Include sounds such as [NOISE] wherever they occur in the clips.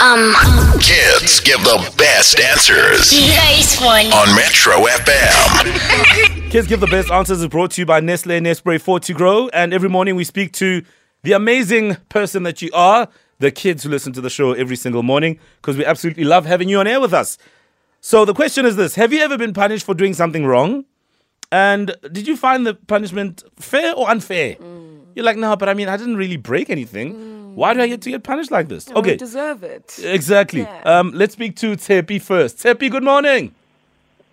Um, Kids give the best answers nice one. on Metro FM. Kids Give the Best Answers is brought to you by Nestle Nespre 4 to Grow. And every morning we speak to the amazing person that you are, the kids who listen to the show every single morning, because we absolutely love having you on air with us. So the question is this Have you ever been punished for doing something wrong? And did you find the punishment fair or unfair? Mm. You're like, no, but I mean, I didn't really break anything. Why do I get to get punished like this? I okay, deserve it. exactly. Yeah. Um, let's speak to Tepi first. Tepi, good morning.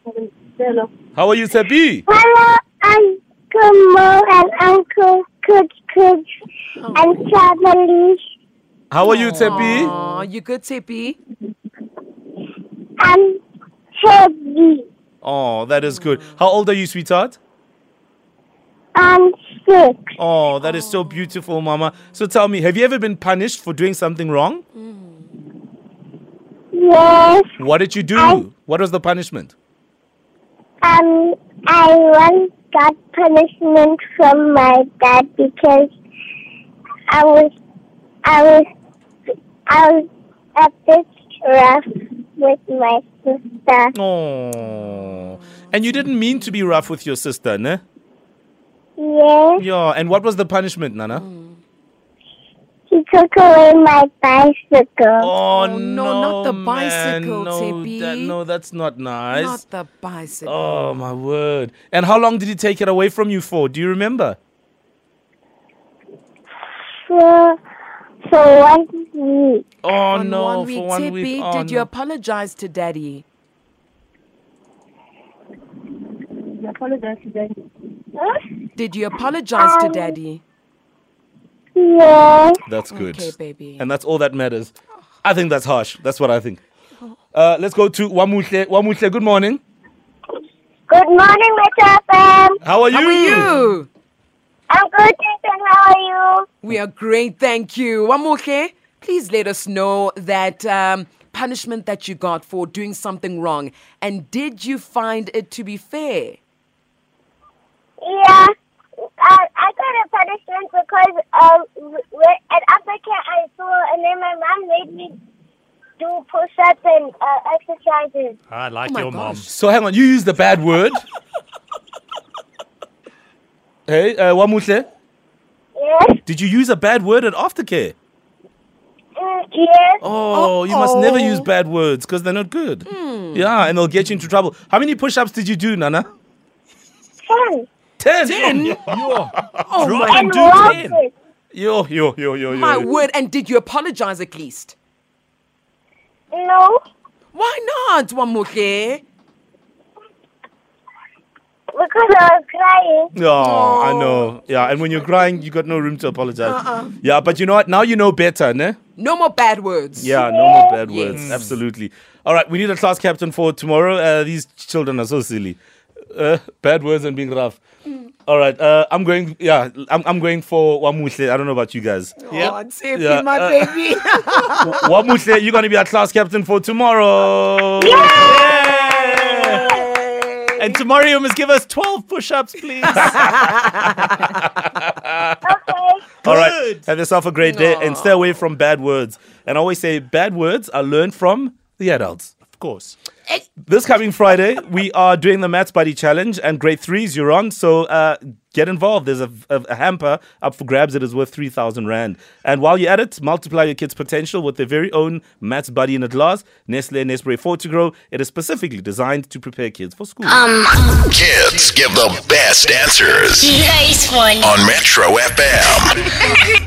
Hello. How are you, Tepi? Uncle Mo and Uncle Coach Coach and family. How are you, Tepi? Aw, you good, Tippy? I'm heavy. Oh, that is good. How old are you, sweetheart? I'm sick. Oh, that is so beautiful, Mama. So tell me, have you ever been punished for doing something wrong? Yes. What did you do? Ow. What was the punishment? Um, I once got punishment from my dad because I was, I was, I was a bit rough with my sister. Oh, and you didn't mean to be rough with your sister, ne? Yes. Yeah. And what was the punishment, Nana? He took away my bicycle. Oh, no, not the man. bicycle, no, Tepi. that- no, that's not nice. Not the bicycle. oh my word! And how long did he take it away from you for? Do you remember? For, for one week. Oh On no, one week, for one Tippy, week. Oh, did you no. apologize to Daddy? Did you apologize to Um, Daddy? Yes. That's good. Okay, baby. And that's all that matters. I think that's harsh. That's what I think. Uh, let's go to Wamutle. Wamutle, good morning. Good morning, Mr. FM. How are you? How are you? I'm good, Jason. How are you? We are great, thank you. Wamuke, please let us know that um, punishment that you got for doing something wrong. And did you find it to be fair? Yeah, I, I got a punishment because uh, w- w- at Africa I saw, and then my mom made me do push-ups and uh, exercises. I like Oh my your mom. gosh. So hang on, you used a bad word. hey, uh, Wamutle, Yes, did you use a bad word at aftercare? mm, yes. Oh, you must never use Uh-oh. bad words because they're not good. Yeah, and they'll get you into trouble. How many push ups did you do, Nana? Ten. Ten. [LAUGHS] Oh, my, And do walked ten. it. Yo, yo, yo, yo, yo. my word. And did you apologize at least? No, Why not, Wamuke? because I was crying. Yeah, I know. Yeah, and when you're crying, you got no room to apologize. Uh-uh. Yeah, but you know what? Now you know better, ne? No more bad words. Yeah, no more bad Yes. words. Mm. Absolutely. All right, we need a class captain for tomorrow. Uh, these children are so silly. Uh, bad words and being rough. Mm. All right, uh, I'm going. Yeah, I'm, I'm going for Wamutle. I don't know about you guys. Yeah. Oh, Tippy, Yeah, my uh, [LAUGHS] baby. Wamutle, you're going to be our class captain for tomorrow. Yeah. And tomorrow you must give us 12 push ups, please. [LAUGHS] Okay. All right, Good. have yourself a great day and stay away from bad words. And I always say bad words are learned from the adults. of course. This coming Friday, we are doing the Maths Buddy Challenge, and grade threes you're on, so uh, get involved. There's a, a, a hamper up for grabs that is worth 3,000 Rand. And while you're at it, multiply your kids' potential with their very own Maths Buddy in a glass, Nestle Nespre 4 to Grow. It is specifically designed to prepare kids for school. Kids give the best answers Nice one. on Metro FM.